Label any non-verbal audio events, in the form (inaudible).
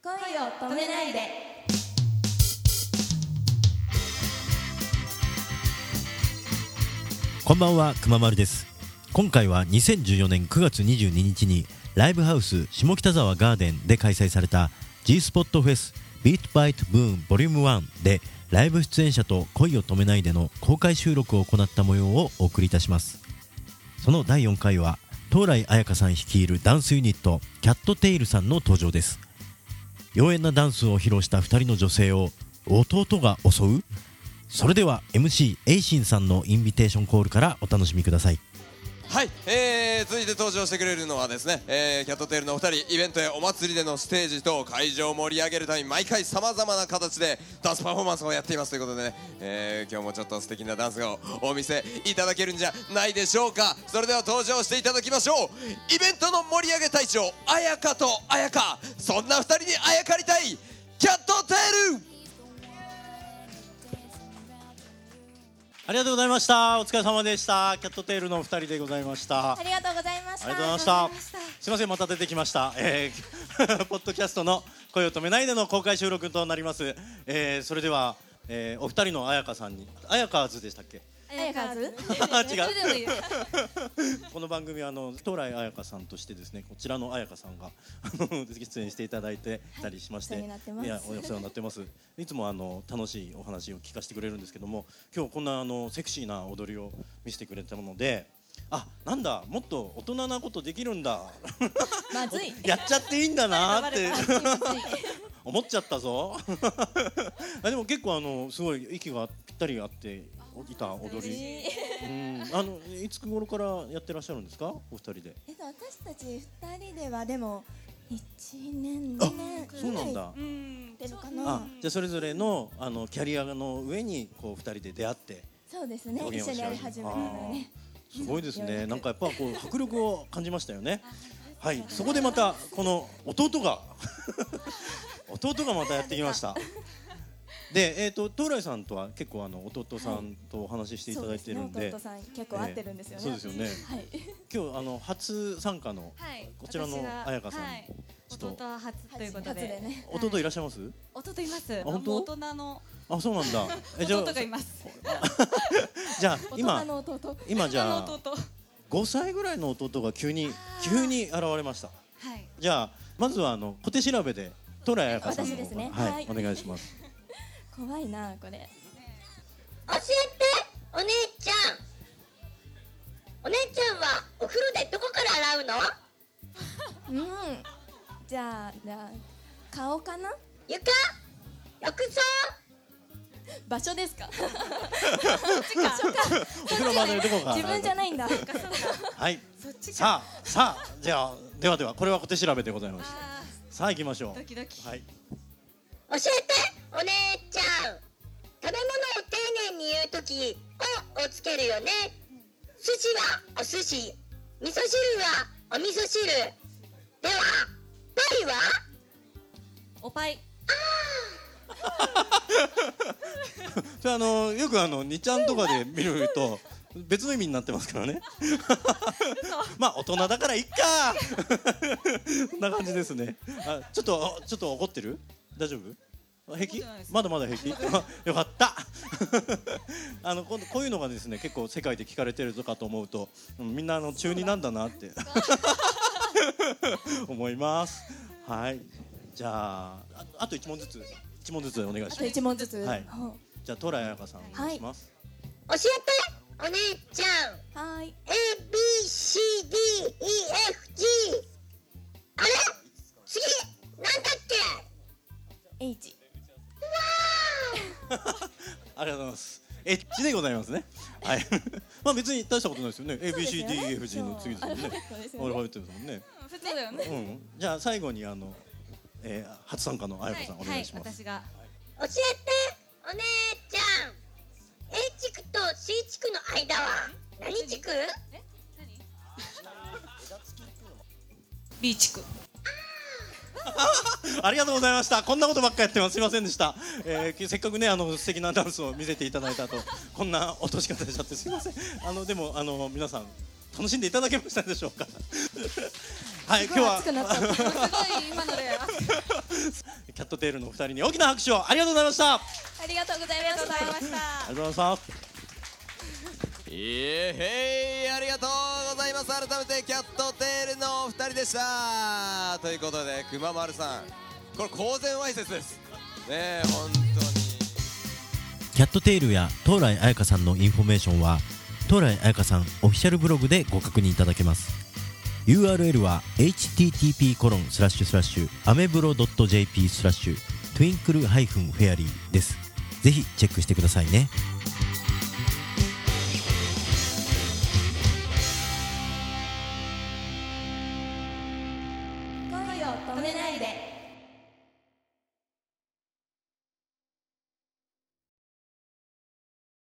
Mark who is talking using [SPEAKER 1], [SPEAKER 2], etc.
[SPEAKER 1] 恋を止めないで。
[SPEAKER 2] こんばんは、くままるです。今回は2014年9月22日にライブハウス下北沢ガーデンで開催された G スポットフェス Beat Bite Boom Volume 1でライブ出演者と恋を止めないでの公開収録を行った模様をお送りいたします。その第4回は東来彩香さん率いるダンスユニットキャットテイルさんの登場です。妖艶なダンスを披露した2人の女性を弟が襲うそれでは MC エイシンさんのインビテーションコールからお楽しみください
[SPEAKER 3] はい、えー、続いて登場してくれるのはですね、えー、キャットテールのお二人イベントやお祭りでのステージと会場を盛り上げるために毎回さまざまな形でダンスパフォーマンスをやっていますということでね、えー、今日もちょっと素敵なダンスをお見せいただけるんじゃないでしょうかそれでは登場していただきましょうイベントの盛り上げ隊長綾香と綾香そんな二人にあやかりたいキャットテール
[SPEAKER 4] ありがとうございました。お疲れ様でした。キャットテールのお二人でございました。あ
[SPEAKER 1] ありがとうございました。
[SPEAKER 4] りがとうございました。すみません、また出てきました。えー、 (laughs) ポッドキャストの声を止めないでの公開収録となります。えー、それでは、えー、お二人の彩香さんに、彩香図でしたっけ？
[SPEAKER 1] あやかず。
[SPEAKER 4] あ
[SPEAKER 1] どっ
[SPEAKER 4] (laughs) 違
[SPEAKER 1] ちでもいいです
[SPEAKER 4] う。この番組はあの東来彩香さんとしてですね、こちらの彩香さんがあの出演していただいてたりしまして、
[SPEAKER 1] お世話になってます
[SPEAKER 4] いやお世話になってます。いつもあの楽しいお話を聞かせてくれるんですけども、今日こんなあのセクシーな踊りを見せてくれたので。あ、なんだ、もっと大人なことできるんだ。
[SPEAKER 1] まずい。
[SPEAKER 4] (laughs) やっちゃっていいんだなー
[SPEAKER 1] (laughs)
[SPEAKER 4] って。
[SPEAKER 1] まずい
[SPEAKER 4] 思っちゃったぞ (laughs) あでも結構あのすごい息がぴったり合っていた踊り、うん、あのいつ頃からやってらっしゃるんですかお二人で
[SPEAKER 5] えっと、私たち二人ではでも1年2年
[SPEAKER 4] そうなんだ、
[SPEAKER 5] ぐらいやってるかな
[SPEAKER 4] あじゃあそれぞれのあのキャリアの上にこう二人で出会って
[SPEAKER 5] そうですね
[SPEAKER 4] 表
[SPEAKER 5] 一
[SPEAKER 4] 現
[SPEAKER 5] 緒
[SPEAKER 4] を
[SPEAKER 5] にやり
[SPEAKER 4] し合う
[SPEAKER 5] 始めたのね
[SPEAKER 4] すごいで
[SPEAKER 5] (laughs)
[SPEAKER 4] すねなんかやっぱこう迫力を感じましたよねはいそこでまたこの弟が (laughs) 弟がまたやってきましたでえっ、と東来さんとは結構あの弟さんとお話ししていただいてるんで、
[SPEAKER 5] そうすね弟さん結構合ってるんですよね、
[SPEAKER 4] そうですよね。
[SPEAKER 5] はい
[SPEAKER 4] 今日あの初参加の
[SPEAKER 6] はい、
[SPEAKER 4] こちらの
[SPEAKER 6] 私が
[SPEAKER 4] 彩香さん
[SPEAKER 6] はい、
[SPEAKER 4] ちょっと
[SPEAKER 6] 弟は初ということ
[SPEAKER 5] 初で
[SPEAKER 6] で、
[SPEAKER 5] ね
[SPEAKER 4] 弟いらっしゃいます？
[SPEAKER 6] 弟います。
[SPEAKER 4] 本当
[SPEAKER 6] もう大人の
[SPEAKER 4] あ、そうなん
[SPEAKER 5] (laughs)
[SPEAKER 4] だ。えじゃあ
[SPEAKER 6] 弟がいます。
[SPEAKER 4] じゃあ
[SPEAKER 5] 大
[SPEAKER 4] 今
[SPEAKER 5] 人の弟
[SPEAKER 4] 今じゃ
[SPEAKER 6] 大
[SPEAKER 4] あ
[SPEAKER 6] 人の弟。は
[SPEAKER 4] 5歳ぐらいの弟が急に急に現れました。
[SPEAKER 6] い、
[SPEAKER 4] じゃあまずはあの小手調べでトラ彩香さんの
[SPEAKER 5] 私ですね
[SPEAKER 4] はい、
[SPEAKER 5] はい
[SPEAKER 4] お願いします。
[SPEAKER 5] 怖いなこれ
[SPEAKER 7] 教えてお姉ちゃんお姉ちゃんはお風呂でどこから洗うの
[SPEAKER 5] うんじゃあじゃあ顔かな
[SPEAKER 7] 床浴槽
[SPEAKER 5] 場所ですか
[SPEAKER 4] (laughs) お風呂場でどこか。
[SPEAKER 5] 自分じゃないんだ
[SPEAKER 4] はい。さあさあじゃあではではこれは小手調べでございます。
[SPEAKER 6] あ
[SPEAKER 4] さあ行きましょ
[SPEAKER 6] ードキドキ。
[SPEAKER 4] う。はい。
[SPEAKER 7] 教えてお姉ちゃん食べ物を丁寧に言うとき「お」をつけるよね寿司はお寿司味噌汁はお味噌汁ではパイは
[SPEAKER 6] おぱい。
[SPEAKER 4] それあのよくあの二ちゃんとかで見ると別の意味になってますからね。 (laughs) まあ大人だからいっか。そんな感じですね。あちょっとちょっと怒ってる？大丈夫？平
[SPEAKER 6] 怒っ
[SPEAKER 4] 気
[SPEAKER 6] てないです
[SPEAKER 4] まだまだ平気あ (laughs) よかったあのここういうのがですね結構世界で聞かれてるとかと思うと、うんみんなあの中二なんだなって
[SPEAKER 6] (laughs)
[SPEAKER 4] 思いますはいじゃあああと一問ずつ一問ずつお願いしま
[SPEAKER 5] あ
[SPEAKER 4] す
[SPEAKER 5] と一問ずつ
[SPEAKER 4] はい
[SPEAKER 5] ほ
[SPEAKER 4] じゃあ、トラヤカさん、お願いします。
[SPEAKER 7] 教えてお姉ちゃん
[SPEAKER 5] うはーい
[SPEAKER 7] A B C D E F G あれ次なんだっけ
[SPEAKER 5] H
[SPEAKER 4] ありがとうございます。エッチでございますね。はい。 (laughs) まあ、別に大したことないですよね。A.
[SPEAKER 5] そう
[SPEAKER 4] B.
[SPEAKER 5] ですよ
[SPEAKER 4] C.
[SPEAKER 5] ね
[SPEAKER 4] D. E. F. G. の次ですもん
[SPEAKER 5] そうアルファベ
[SPEAKER 4] ね
[SPEAKER 5] ットです。よね
[SPEAKER 4] オルファベットですもんね。
[SPEAKER 6] 普通だよね。
[SPEAKER 4] うん。じゃあ、最後に、あの、えー、初参加のあやこさん、お願いします。
[SPEAKER 6] 私が。
[SPEAKER 7] 教えてお姉ちゃん A 地区と C 地区の間は何地区
[SPEAKER 6] え、何？B 地区。
[SPEAKER 4] ありがとうございました。こんなことばっかやってます。すいませんでした。えー、せっかくね、あの素敵なダンスを見せていただいた後、こんな落とし方しちゃって、すいません。あの、でも、あの、皆さん、楽しんでいただけましたでしょう (laughs) か。はい、今日は
[SPEAKER 6] (laughs)
[SPEAKER 5] 熱。くなっちゃった
[SPEAKER 6] すごい今ので。
[SPEAKER 4] ャットテールのお二人に大きな拍手をありがとうございましたあ
[SPEAKER 1] ありがとうございました。
[SPEAKER 4] りがとうございます
[SPEAKER 3] いえへいありがとうございます改めてキャットテールのお二人でしたということでくままるさんこれ公然わいせつですねえ本当に
[SPEAKER 2] キャットテールや東来彩香さんのインフォメーションは東来彩香さんオフィシャルブログでご確認いただけます URL は http コロンスラッシュスラッシュアメブロ .jp スラッシュトゥインクルハイフンフェアリーですぜひチェックしてくださいね